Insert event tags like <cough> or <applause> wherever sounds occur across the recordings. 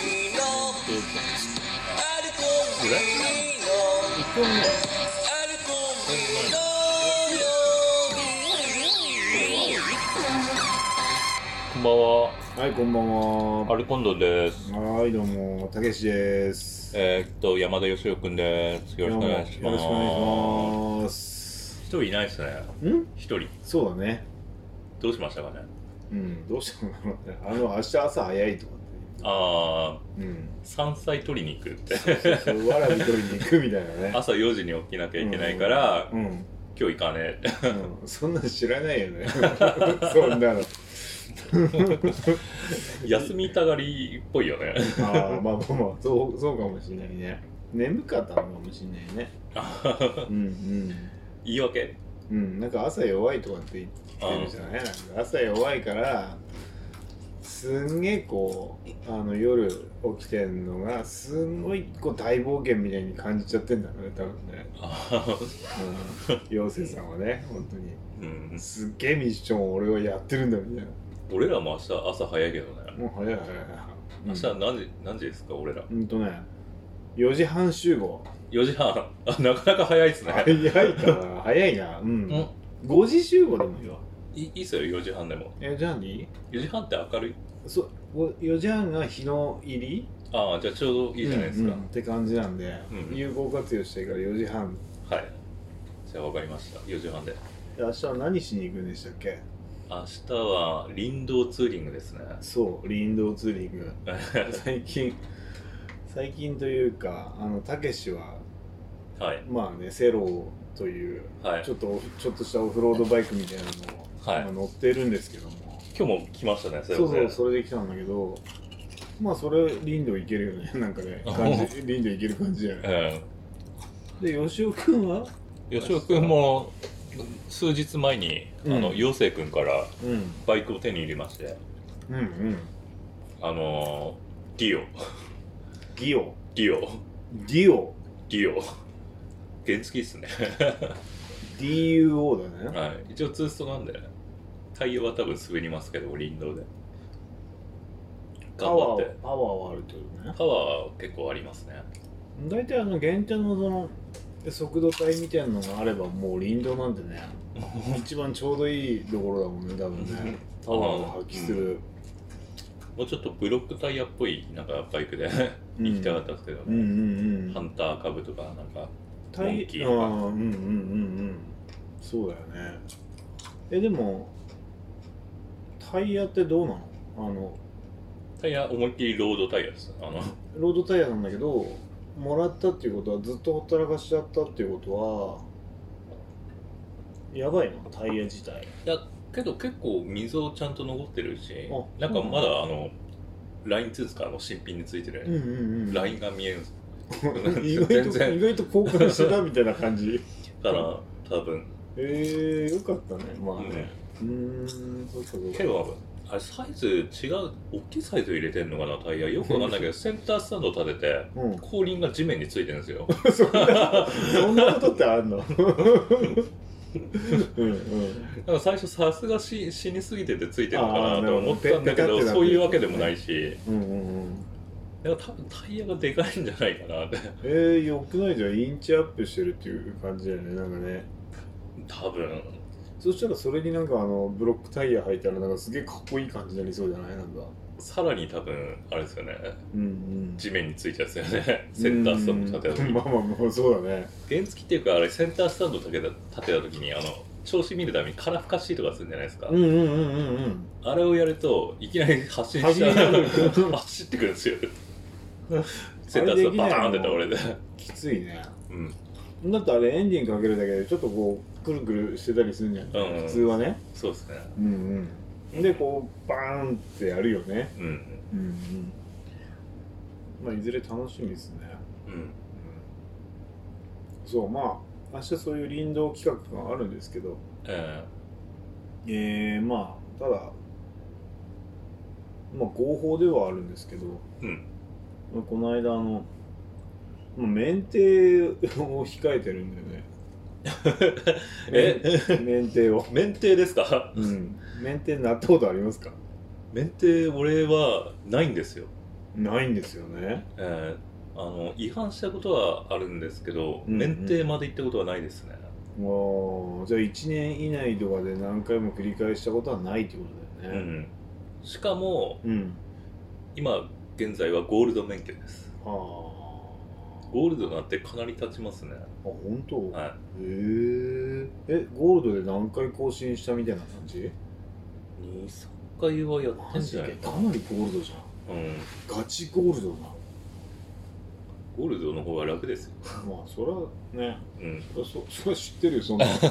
っていったんですよぐらい一本目こんばんははい、こんばんは。アルコンドですはい、どうも、たけしです。えー、っと山田義郎くんですよろしくお願いしどうますもよろしくお願いします。一人いないですねん一人そうだね。どうしましたかねうん、どうしたのかな。あの、明日朝早いとかああって。うん。山菜取りに行くって <laughs> そうそうそう、わらび取りに行くみたいなね。朝4時に起きなきゃいけないから、うん、今日行かねえってうん、そんなの知らないよ <laughs> ね。そんなの。休みたがりっぽいよねあーまあまあまあ、そう、そうかもしれないね。眠かったのかもしれない <laughs> ね。うん、言い訳 <laughs> うん。うん、なんか朝弱いとかって言ってるじゃないなんか朝弱いからすんげえこうあの夜起きてんのがすんごいこう大冒険みたいに感じちゃってんだろうね多分ね、あうん、妖精さんはね本当にーうんすっげえミッションを俺はやってるんだみたいな俺らも明日朝早いけどねもう早い早い明日早い何時何時ですか俺らうん、うんとね4時半集合4時半あなかなか早いですね早い <laughs> から早いなうん、うん5時集合でもいいわいいいっすよ4時半でもえじゃあ何4時半って明るいそうご4時半が日の入りああじゃあちょうどいいじゃないですか、うんうんって感じなんで、うん有効活用してから4時半はいじゃあ分かりました4時半でで明日は何しに行くんでしたっけ明日は林道ツーリングですね <laughs> そう林道ツーリング最近最近というかあのたけしははいまあねセローという、はいちょっとちょっとしたオフロードバイクみたいなのを、はい今乗ってるんですけども今日も来ましたねそれそうそううそれで来たんだけどまあそれ林道行けるよね <laughs> なんかね感じ <laughs> 林道行ける感じじゃないえで吉尾くんはえ吉尾君も数日前に、あのうん陽く君からうんバイクを手に入れましてうんうんあのー、ディオディオディオディオディオ原付きっすね <laughs> DUO だねはい一応ツーストなんでタイヤは多分滑りますけど林道でパ頑張ワっーてパワーはあるってことねパワーは結構ありますね大体あの原点のその速度帯みたいなのがあればもう林道なんてね一番ちょうどいいところだもんね多分ねパワーを発揮するもうちょっとブロックタイヤっぽいなんかバイクでうん行きたかったんですけど、うんうんうハんンター株とかなんかタイモンキーああとかうんうんうんうんそうだよねえでもタイヤってどうなのあのタイヤ思いっきりロードタイヤですあのロードタイヤなんだけどもらったっていうことはずっとほったらかしちゃったっていうことはやばいのタイヤ自体いやけど結構溝ちゃんと残ってるしあなんかまだあのラインツースからの新品についてうんうる、んうんラインが見え <laughs> るんです意外全と然意外と交換してたみたいな感じだから多分、ええよかったねまあうんねうーんそうかそうけかどあれサイズ違う大きいサイズ入れてんのかなタイヤよくわかんない <laughs> けどセンタースタンド立ててうん後輪が地面についてるんです <laughs> よそんなそんなことってあんのうんうんなんか最初さすがし死にすぎててついてるのかあーなと思ったんだけなるほどペッペタってどなってそういうわけでもないしうんうんうんだから多分タイヤがでかいんじゃないかなってえー、よくないじゃんインチアップしてるっていう感じだよねなんかね多分そしたらそれになんかあのブロックタイヤ履いたらなんかすげえかっこいい感じになりそうじゃないなんかさらに多分あれですよねうんうん地面についちゃうんですよねセンタースタンド立てた時うんまあまあまあそうだね原付っていうかあれセンタースタンド立てた立てた時にあの調子見るために空ふかしとかするんじゃないですか、うんうんうんうんうんあれをやるといきなり走り走りになる走ってくるんですよセンタースタンドバーンって倒れてきついねうんだってあれエンジンかけるだけでちょっとこうくるくるしてたりするんじゃない、うん普通はねそうですねうんうんでこうバーンってやるよねうんうんうんまあいずれ楽しみですね、うんうん、そうまあ明日そういう林道企画があるんですけどええー、まあただまあ合法ではあるんですけどーうんまあこの間あのまあ免停を控えてるんだよね <laughs> え免停を免停ですかうん免停なったことありますか免停俺はないんですよないんですよねえーあの違反したことはあるんですけど、うんうん免停まで行ったことはないですねもうじゃあ1年以内とかで何回も繰り返したことはないってことだうよねんしかもうん、今現在はゴールド免許ですあーゴールドなんてかなり経ちますねあ本当、はいへーえゴールドで何回更新したみたいな感じ23回はやってんじゃないかなりゴールドじゃうんんガチゴールドなゴールドの方が楽ですよ、まあそれはねうん、そそそれは知ってるよそんなの <laughs>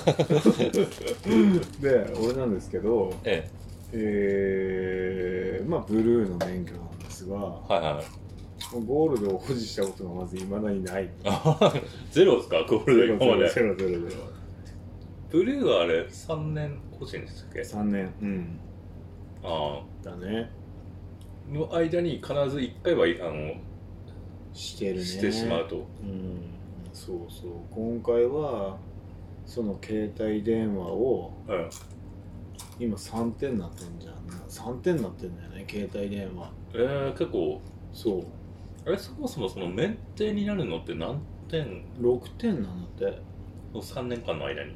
で俺なんですけどええー、まあブルーの免許なんですがえはいはいゴールドを保持したことがまずいまだにないあゼロですかゴーゼルロドゼ今まロでゼロゼロゼロブルーはあれ3年更新でしたっけ3年うんあだねあの間に必ず1回は違反をしてるねしてしまうと、うんそうそう今回はその携帯電話をうん今3点になってんじゃん3点になってんだよね携帯電話えー、結構そうあれそもそもその免停になるのって何点6点なんだっての3年間の間に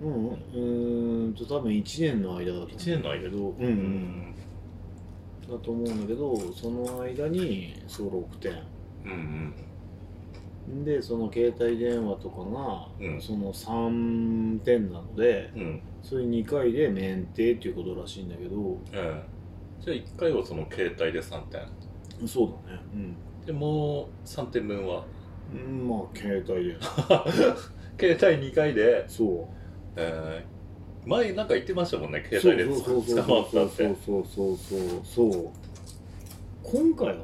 うんうーんと多分1年の間だと思う1年の間どうん、うん、だと思うんだけどその間にそう6点うんうんでその携帯電話とかが、うんその3点なのでうんうんそれ2回で免停っていうことらしいんだけどええじゃあ1回はその携帯で3点そうだねでもう3点分はうん、うん、まあ携帯電 <laughs> 話携帯2回で、そうえー、前なんか言ってましたもんね携帯で捕まったってそうそうそうそうそうそう今回はね、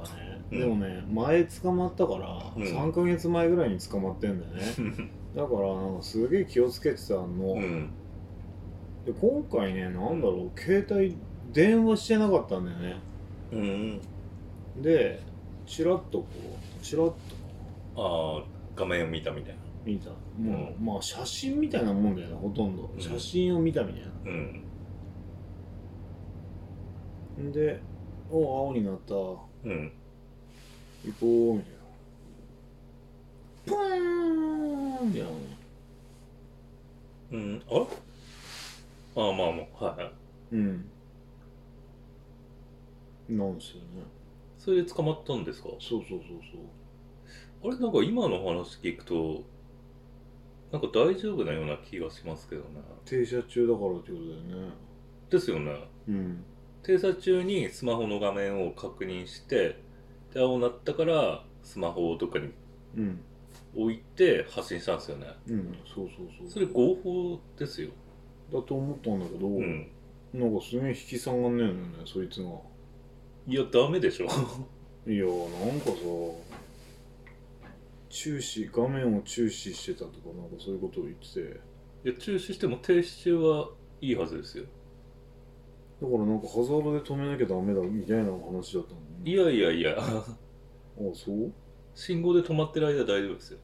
うんでもね前捕まったから、うん3ヶ月前ぐらいに捕まってんだよねだからなんかすげえ気をつけてたの、うんで今回ねなんだろう携帯電話してなかったんだよねうんでチラッとこうチラッとああ画面を見たみたいな見たもう、まあ写真みたいなもんだよねほとんどうん写真を見たみたいな、うんで「お青になったうん行こう」みたいな「プーン!」みたいなねうんあらああまあもうはいはいうんなんですよねそれで捕まったんですかそうそうそうそうあれなんか今の話聞くとなんか大丈夫なような気がしますけどね停車中だからってことだよねですよねうん停車中にスマホの画面を確認してで青なったからスマホをどっかにうん置いて発信したんですよねうんそうそうそうそれ合法ですよだと思ったんだけど、うんなんかすげえ引き下がんねえのよねそいつがいやダメでしょ <laughs> いやーなんかさ注視画面を注視してたとかなんかそういうことを言っててだかいや中止しても停止中はいいはずですよらなんかハザードで止めなきゃダメだみたいな話だったのいにやいやいや <laughs> あそう信号で止まってる間大丈夫ですよ、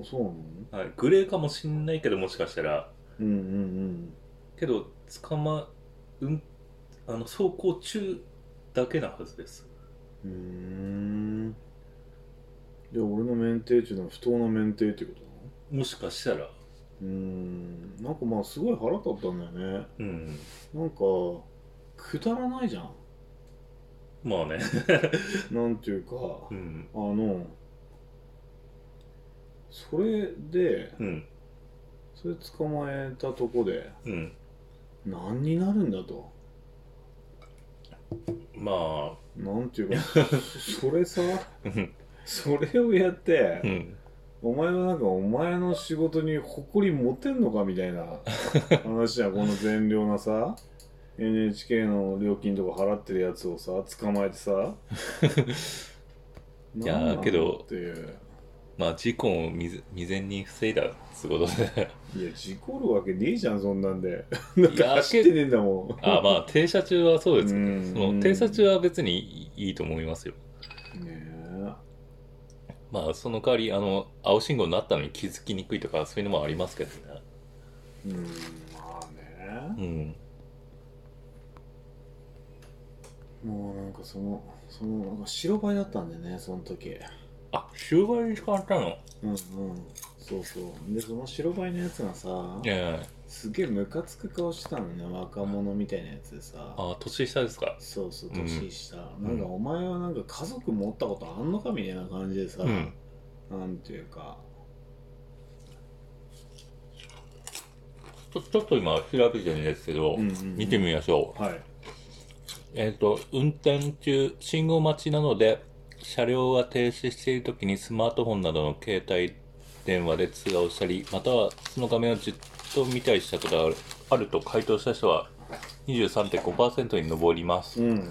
あそうなのはい、グレーかもしんないけどもしかしたらうんうんけど捕まうんあの走行中だけなはずですうんうーんじゃあ俺の免停っていうのは不当な免停ってことなのもしかしたらうーんなんかまあすごい腹立ったんだよねうんなんかくだらないじゃんまあねなんていうかうんあのそれでうんそれ捕まえたとこでうん何になるんだとまあなんて <laughs> いうかそれさそれをやって、うんお前はなんかお前の仕事に誇り持てんのかみた <laughs> いな話じゃんこの善良なさ NHK の料金とか払ってるやつをさ捕まえて <laughs> さいやーなんなのけどっていうまあ事故を未未然に防いだってことでいや事故るわけねえじゃんそんなんでいだから走ってねえんだもんあまあ停車中はそうですけど、うんその停車中は別にいいいいと思いますよねまあその代わりあの青信号になったのに気づきにくいとかそういうのもありますけどねえうんまあねうんもうなんかそのそのなんか白バイだったんだよねその時あ、終盤に変わったのうんうんそうそうでその白バイのやつがさいやいやすげえムカつく顔してたのね若者みたいなやつでさあ、年下ですか。そうそううん年下、んなんかお前はなんか家族持ったことあんのかみたいな感じでさ、うん。なんていうかちょちょっと今調べてるんですけど、うんうんうん見てみましょう。はいえっ、と、運転中、信号待ちなので、車両が停止しているときにスマートフォンなどの携帯電話で通話をしたり、またはその画面をじっと見たりしたことがあるあると回答した人は23.5%に上ります。うん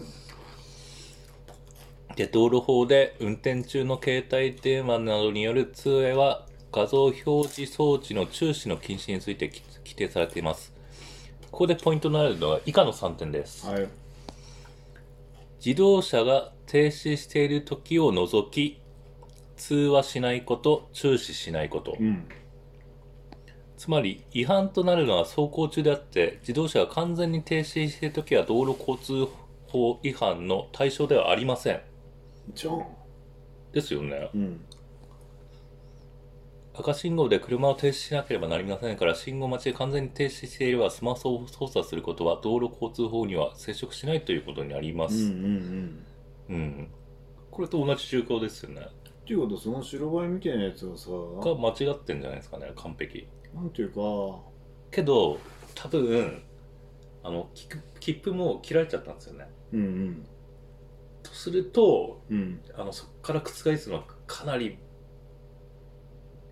で、道路法で運転中の携帯電話などによる通話は画像表示装置の注視の禁止についてき規定されています。ここでポイントになるのは以下の3点です。はい自動車が停止している時を除き、通話しないこと、注視しないことう。んつまり、違反となるのは走行中であって、自動車が完全に停止している時は道路交通法違反の対象ではありません。ジョンですよね。うん赤信号で車を停止しなければなりませんから信号待ちで完全に停止していればスマホを操作することは道路交通法には接触しないということになりまうんうす、んうんうんこれと同じ状況ですよねっていうことその白バイみたいなやつはさが間違ってんじゃないですかね完璧なんていうかけど多分あの切符切符も切られちゃったんですよねうんとするとうんうんあのそこから覆すのはかなり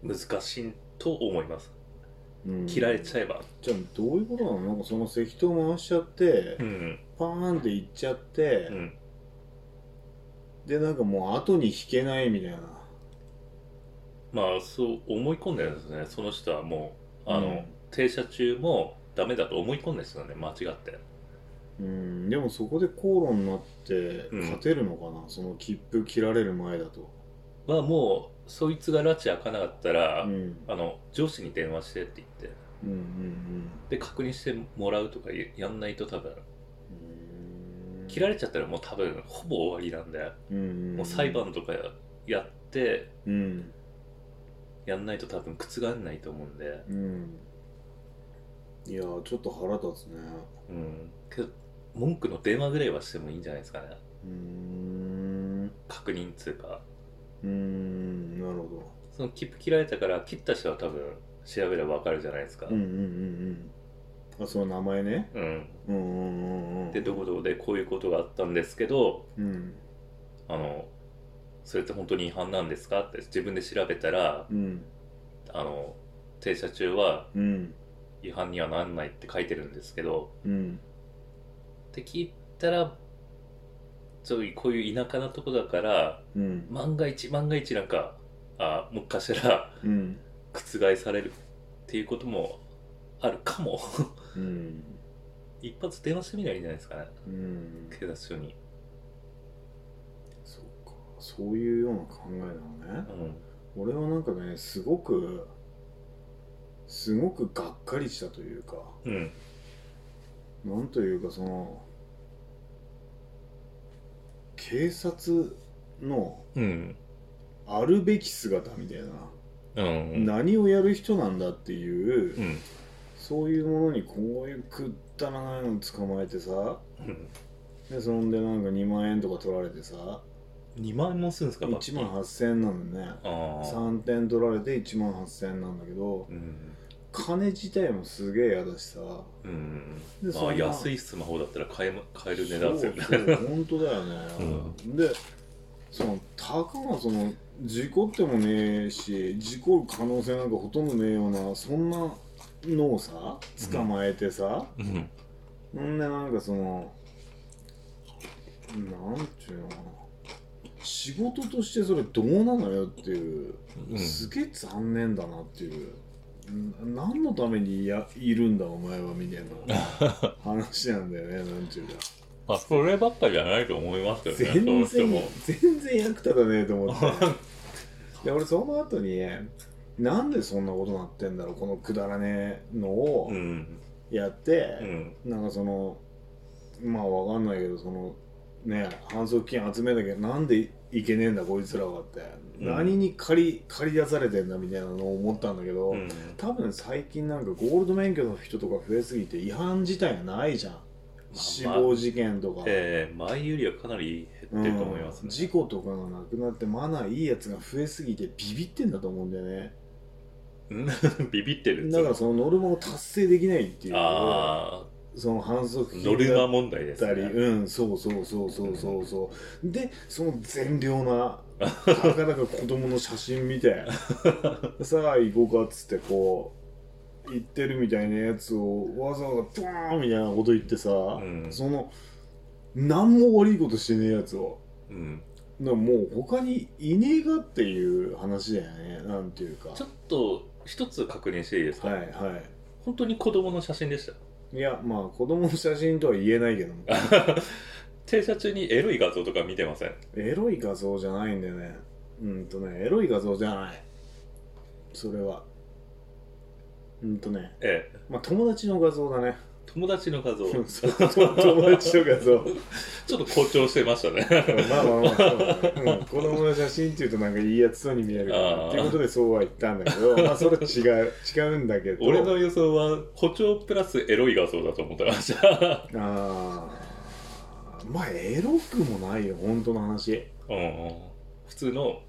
難しいと思いますうん切られちゃえばじゃあどういうことなのなんかその石灯回しちゃって、うんパーンっていっちゃって、うんでなんかもう後に引けないみたいなまあそう思い込んでるんですねその人はもうあの、うん停車中もダメだと思い込んでるんですよね間違ってうんでもそこで口論になってうん勝てるのかな、その切符切られる前だとまあもうそいつが拉致開かなかったら、うんあの上司に電話してって言ってうんうんうんで確認してもらうとかややんないと多分うーん切られちゃったらもう多分ほぼ終わりなんで、うんうんんもう裁判とかややってうんやんないと多分覆らないと思うんでうんいやーちょっと腹立つねうんけど文句の電話ぐらいはしてもいいんじゃないですかねうーん確認っつうかうーんなるほどその切符切られたから切った人は多分調べればわかるじゃないですか、うんうんうんうんあその名前ねうんうんうんうんうんでどこどこでこういうことがあったんですけどうんあのそれって本当に違反なんですかって自分で調べたらうんあの停車中はうん違反にはなんないって書いてるんですけどうんって聞いたらちょいこういう田舎なとこだからうん万が一万が一なんかあもうかしらうん覆されるっていうこともあるかも <laughs> うん一発電話してみればいいんじゃないですかねうん警察署に、そうかそういうような考えなのねうん、俺はなんかねすごくすごくがっかりしたというかうん、なんというかその警察のうん、あるべき姿みたいな、うん、何をやる人なんだっていう、うん、そういうものにこういうくったらないの捕まえてさうん、でそんでなんか2万円とか取られてさ2万円もするんですか、罰1金万8000円なのねああ、 3点取られて1万8000円なんだけどうん、金自体もすげえ嫌だしさうん、でまそあんな安いスマホだったら買えま <laughs> 買える値段ですよね。そうそう本当だよね、でそのたかがその事故ってもねえし事故る可能性なんかほとんどねえようなそんなのをさ捕まえてさ、うん、ほんでなんかそのなんていうのかな仕事としてそれどうなのよっていう、うん、すげえ残念だなっていうな何のためにやいるんだお前はみたい <laughs> な話なんだよねなんていうかまあそればっかりじゃないと思いますけどね、その全人然も。全然役立たねえと <laughs> 思ってで俺その後になんでそんなことなってんだろうこのくだらねえのをうん、やっうて、ん、なんかそのまあわかんないけどそのね反則金集めなきゃなんでいけねえんだこいつらはって、うん何に借り借り出されてんだみたいなのを思ったんだけど、うん多分最近なんかゴールド免許の人とか増えすぎて違反自体がないじゃん、死亡事件とか、ええ前よりはかなり減ってると思いますね、うん事故とかがなくなってマナーいいやつが増えすぎてビビってんだと思うんだよねうん <laughs> ビビってるだからそのノルマを達成できないっていうああその反則金ノルだマっ問題ですたり、ねうんそうそうそうそうそうそうでその善良なたかだか子供の写真見 <laughs> てさあ行こうかっつってこう行ってるみたいなやつをわざわざドーンみたいなこと言ってさ、んその何も悪いことしてねえやつをうんなもう他にいねえがっていう話だよねなんていうかちょっと一つ確認していいですか、はいは本当に子供の写真でしたいいやまあ子供の写真とは言えないけども停車中にエロい画像とか見てませんエロい画像じゃないんだよねうんとねエロい画像じゃないそれはうんとねええまあ友達の画像だね <laughs> 友達の画像そう <laughs> 友達の画像ちょっと誇張してましたねまあまあまあそうだね、うん、子供の写真っていうとなんかいいやつそうに見えるからあーっていうことでそうは言ったんだけどまあそれ違う違うんだけど <laughs> 俺の予想は誇張プラスエロい画像だと思ってましたああまあエロくもないよ本当の話 <laughs> うんうん普通の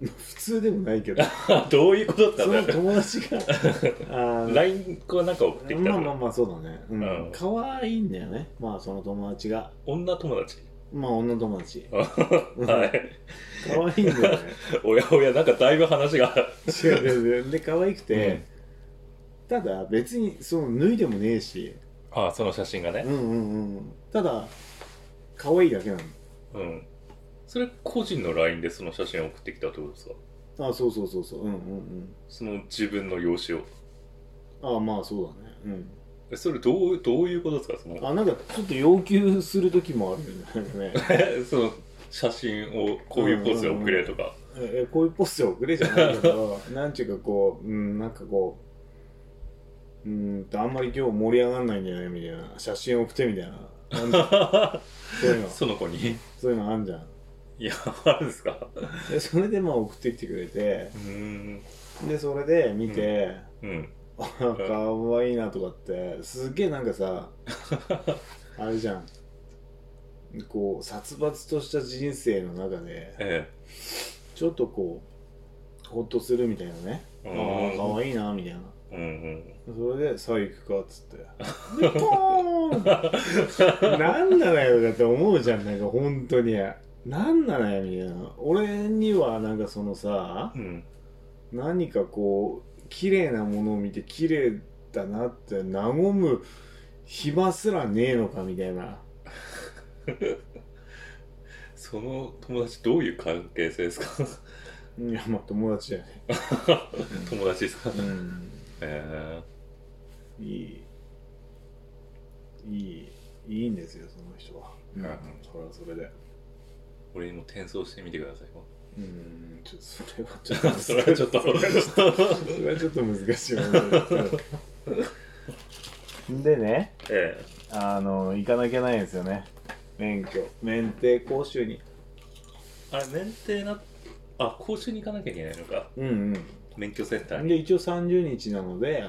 普通でもないけど <laughs> どういうことそだったのんだろ友達があうー LINE かなんか送ってきたまあの、まあまあそうだね、ううんん、可愛いんだよねまあその友達が女友達まあ女友 <laughs> 達はい可愛いんだよねおやおやなんかだいぶ話が違う違う違うで可愛くて、ただ別にその脱いでもねえしああその写真がねうんうんうんただ可愛いだけなうんそれ個人の LINE でその写真を送ってきたってことですかのあそうそうそうそううんうんその自分の容姿をうんああまあそうだねうんえそれどうどういうことですかそのあなんかちょっと要求する時もあるよねなんかね <laughs> その写真をこういうポーズで送れとかえこういうポスト送れじゃないけ <laughs> どなんちゅうかこううんなんかこううーんとあんまり今日盛り上がんないんじゃないみたいな写真送ってみたいななんかそういうの <laughs> その子にそういうのあんじゃんいやあるんですかでそれでまあ送ってきてくれてうーんでそれで見て、うんあかわいいなとかってすっげえなんかさあれじゃんこう殺伐とした人生の中でえちょっとこうほっとするみたいなねえあうあかんわいいなみたいなうんそれでさあ行くかっつってでポーンなんなのよだって思うじゃんなんか本当になんなのよみたいな俺にはなんかそのさうんうん何かこう綺麗なものを見て綺麗だなって和む暇すらねえのかみたいなその友達どういう関係性 <laughs> ですかいやまあ友達だよね友達ですかうんえいいいいいいんですよその人は、うんん、それはそれでえ俺にも転送してみてくださいようんちょっとそれはちょっとそれ <laughs> はちょっとそれはちょっと難しい問題ですねでね <laughs> ええあの行かなきゃいけないんですよね免許免停講習にあれ免停なあ講習に行かなきゃいけないのかうん免許センタうーんにで一応30日なので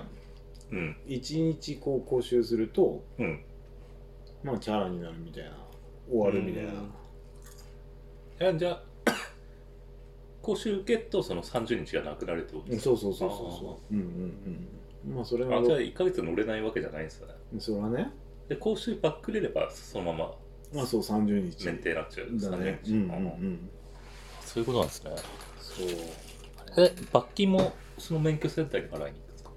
うん1日こう講習するとうんまあチャラになるみたいな終わるみたいなうんえじゃあ <coughs> 講習受けとその30日がなくなるってことうでんすかそうそうそうそうそううんうんうんまあそれはあじゃあ1ヶ月乗れないわけじゃないんですよねそれはねで講習バックれればそのまままあそう30日免停になっちゃうんですだかねねうんうんうんそういうことなんですねそうえ罰金もその免許センターに払いに行くんですか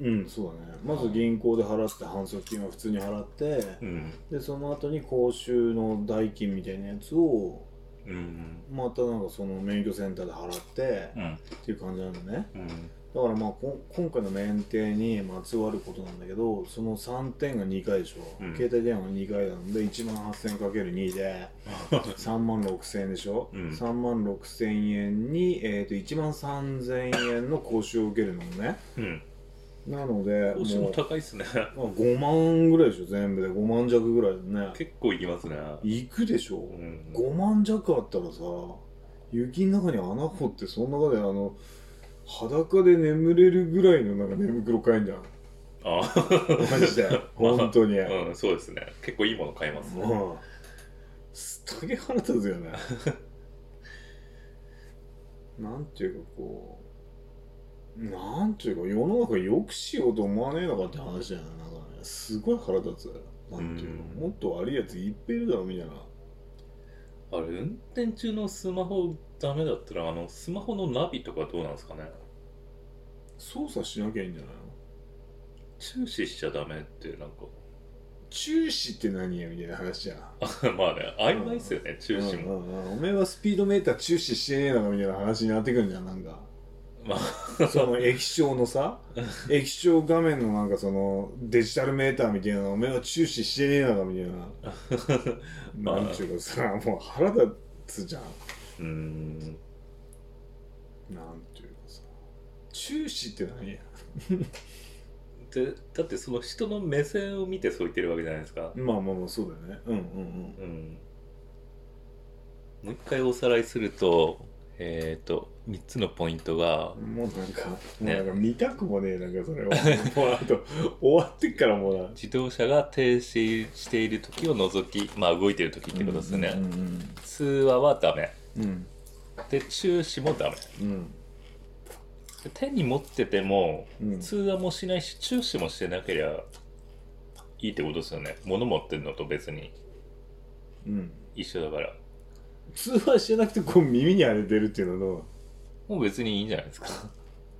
うんそうだねまず銀行で払って反則金は普通に払ってうんでその後に講習の代金みたいなやつをうんまたなんかその免許センターで払ってうんっていう感じなのねうんだからまあこ今回の免停にまつわることなんだけどその3点が2回でしょ、うん携帯電話が2回なので1万 8000×2 <laughs> で3万6000円でしょ、うん3万6000円に、えー、と1万3000円の講習を受けるのもねうんなので報酬もも高いっすね。 <laughs> うまあ5万ぐらいでしょ全部で5万弱ぐらいでね結構いきますね。行くでしょ、うん5万弱あったらさ雪の中に穴掘ってその中であの裸で眠れるぐらいのなんか寝袋買えんじゃんあマ <laughs> ジで本当に、あ、うん、そうですね。結構いいもの買いますね。もうすっげえ腹立つよねなんていうかこうなんていうか世の中よくしようと思わねえのかって話だよねなんかねすごい腹立つなんていうのうんもっと悪いやついっぱいいるだろみたいなあれ、運転中のスマホダメだったら、あの、スマホのナビとかどうなんですかね。操作しなきゃいいんじゃないの注視しちゃダメって、なんか、 <laughs> 注視って何やみたいな話じゃんまあね、曖昧っすよね、注視も。うんうんうんおめえはスピードメーター注視してねえのかみたいな話になってくるんじゃんなんかまあ、その液晶のさ液晶画面のなんかそのデジタルメーターみたいなのおめえは注視してねえのかみたいなまあなんちゅうかさもう腹立つじゃんうーん。なんちゅうかさ注視って何やで、だってその人の目線を見てそう言ってるわけじゃないですか。まあまあまあそうだよねうんうんうん。もう一回おさらいすると、えっ、と、3つのポイントがう、んもうなんか、ねもうなんか見たくもねえなんかそ <laughs> れはもうあと終わってっからもうな自動車が停止している時を除き、まあ動いてる時ってことですよね。うんうん通話はダメ。うんうんで、注視もダメ。うんで手に持ってても、うん通話もしないし、注視もしてなければいいってことですよね。物持ってるのと別にうん一緒だから。通話してなくてこう耳にあれてるっていうのはどもう別にいいんじゃないですか。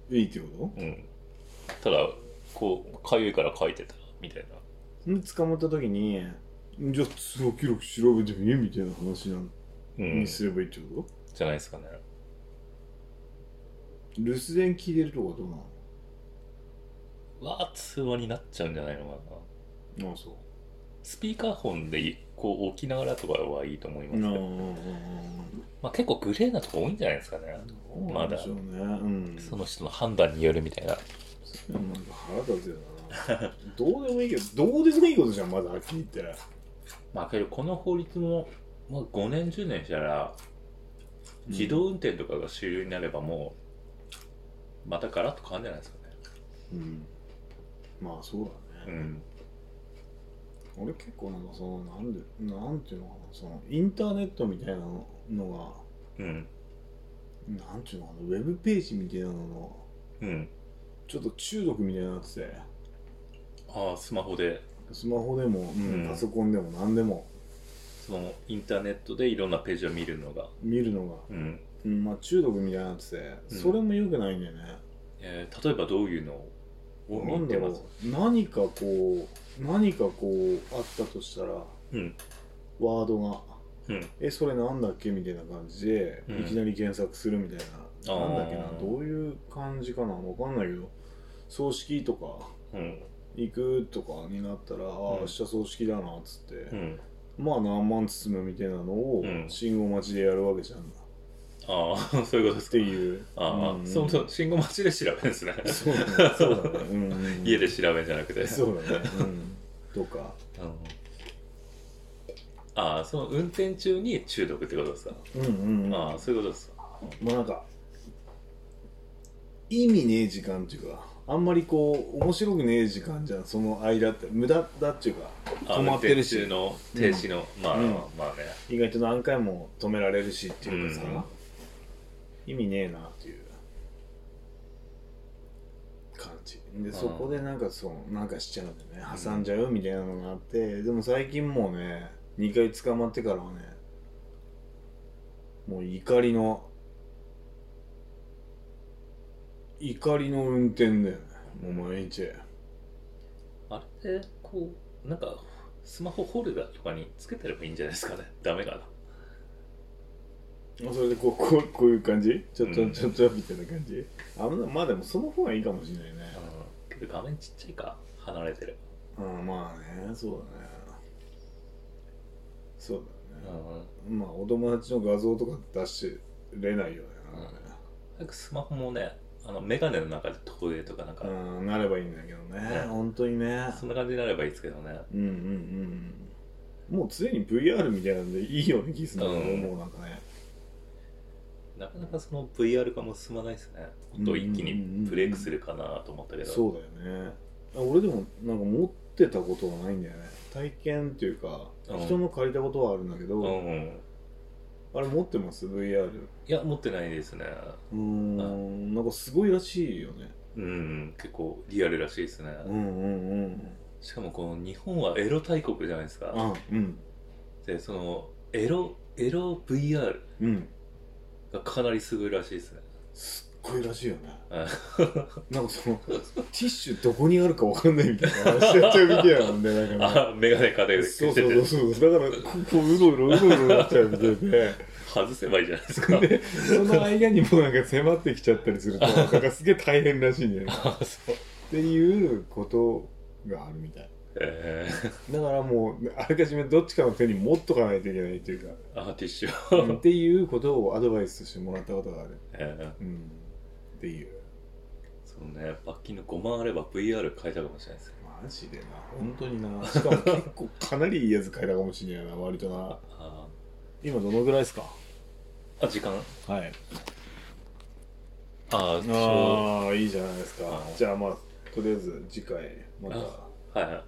ういいってこうん。ただ、こう、かゆいから書いてた、みたいな。とん捕まった時にじゃあ通話記録調べてみみたいな話なんうん。にじすればいいってこゃないですかね。と、留守電聞いてるとかどうなわあ、通話になっちゃうんじゃないのかな。のああそスピーカーフォンで、こう、置きながらとかはいいと思いますうけああああど。まあ結構グレーなとこ多いんじゃないですかね。ああどうなんまだでしょうねうんその人の判断によるみたいな。そういうのなんか腹立つよな <laughs> どうでもいいけどどうでもいいことじゃんまだはっきり言ったらまあけど、この法律も、まあ5年、10年したら、自動運転とかが主流になればもう、またガラッと変わるんじゃないですかね。うんまあそうだうね、ん。俺結構なんかそのなんでなんていうのかなそのインターネットみたいなのがうん。なんちゅうのかなウェブページみたいなののうん。ちょっと中毒みたいになっててああ、スマホでスマホでも、うんうんパソコンでも何でもそのインターネットでいろんなページを見るのが、見るのが、うんうんまあ、中毒みたいになってて、うんそれも良くないんだよね、えー例えばどういうのをなんだ見てろますう何かこう何かこうあったとしたらうんワードがうんえそれなんだっけみたいな感じで、うんいきなり検索するみたいなあーなんだっけなどういう感じかなわかんないけど葬式とかうん行くとかになったら、あうんあ明日葬式だなっつって、うんまあ何万包むみたいなのをうん信号待ちでやるわけじゃん、っああ <laughs> そういうことですてかいうああ、うんそもそも信号待ちで調べるんですねそうだねそうだね、うんうんうん家で調べるんじゃなくてそうだね、うん、とかうんああその運転中に中毒ってことですか、うんうんうんああそういうことですかまあなんか意味ねえ時間っていうかあんまりこう面白くねえ時間じゃんその間って無駄だっていうかああ止まってるし運転中の停止の、まあ、うんまあね意外と何回も止められるしっていうかさ、うん意味ねえなっていう感じでんそこでなんかそうなんかしちゃうんだよね挟んじゃうみたいなのがあってでも最近もうね2回捕まってからはねもう怒りの怒りの運転だよねもう毎日あれでこうなんかスマホホルダーとかにつけてればいいんじゃないですかねダメかなそれでこうこうこういう感じちょっとうんちょっとみたいな感じ、あまあでもその方がいいかもしれないね、うんけど画面ちっちゃいか離れてれうんまあねそうだねそうだば、ね、まあお友達の画像とか出してれないよね、早くスマホもねあの眼鏡の中で投影とかなんか、うん、なればいいんだけどねね本当にねそんな感じになればいいですけどねうんうんうんもう常に VR みたいなんでいいような気するんだけど、うんもうなんかねなかなかその VR 化も進まないですねもっと一気にブレイクするかなと思ったけど、そうだよねあ俺でもなんか持ってたことはないんだよね体験っていうか、うん人の借りたことはあるんだけど、うんあれ持ってます VR いや持ってないですねうーんなんかすごいらしいよねうん結構リアルらしいですね、うんうんうんしかもこの日本はエロ大国じゃないですか、あうんでそのエロエロ VR うんがかなりすごいらしいですねすっごいらしいよねあなんかそのティッシュどこにあるかわかんないみたいな話やっちゃうみたいなんでなんかねあメガネ片手でそうそうそうそうだからここうろうろうろうろなっちゃうみたいで外せばいいじゃないですかでその間にもなんか迫ってきちゃったりするとなんかすげえ大変らしいんだよねあそうっていうことがあるみたいえだからもうあらかじめどっちかの手に持っとかないといけないっていうかー、あティッシュ、 <laughs> うんっていうことをアドバイスとしてもらったことがある、えーうん、っていうそうね罰金の5万あれば VR 変えたかもしれないですねマジでな本当になしかも結構かなりいいやつ変えたかもしれないな割となあ今どのぐらいですかーあ時間はいああそああいいじゃないですかうんじゃあまあとりあえず次回またあうは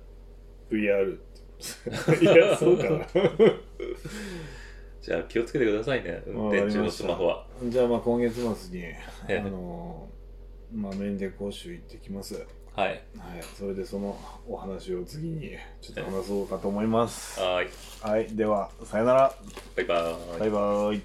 VR っていやそうかないじゃあ気をつけてくださいね運転中のスマホはじゃあまあ今月末にえあのーまあ面で講習行ってきますはいはいそれでそのお話を次にちょっと話そうかと思いますはーいはいではさよならバイバーイバイバイ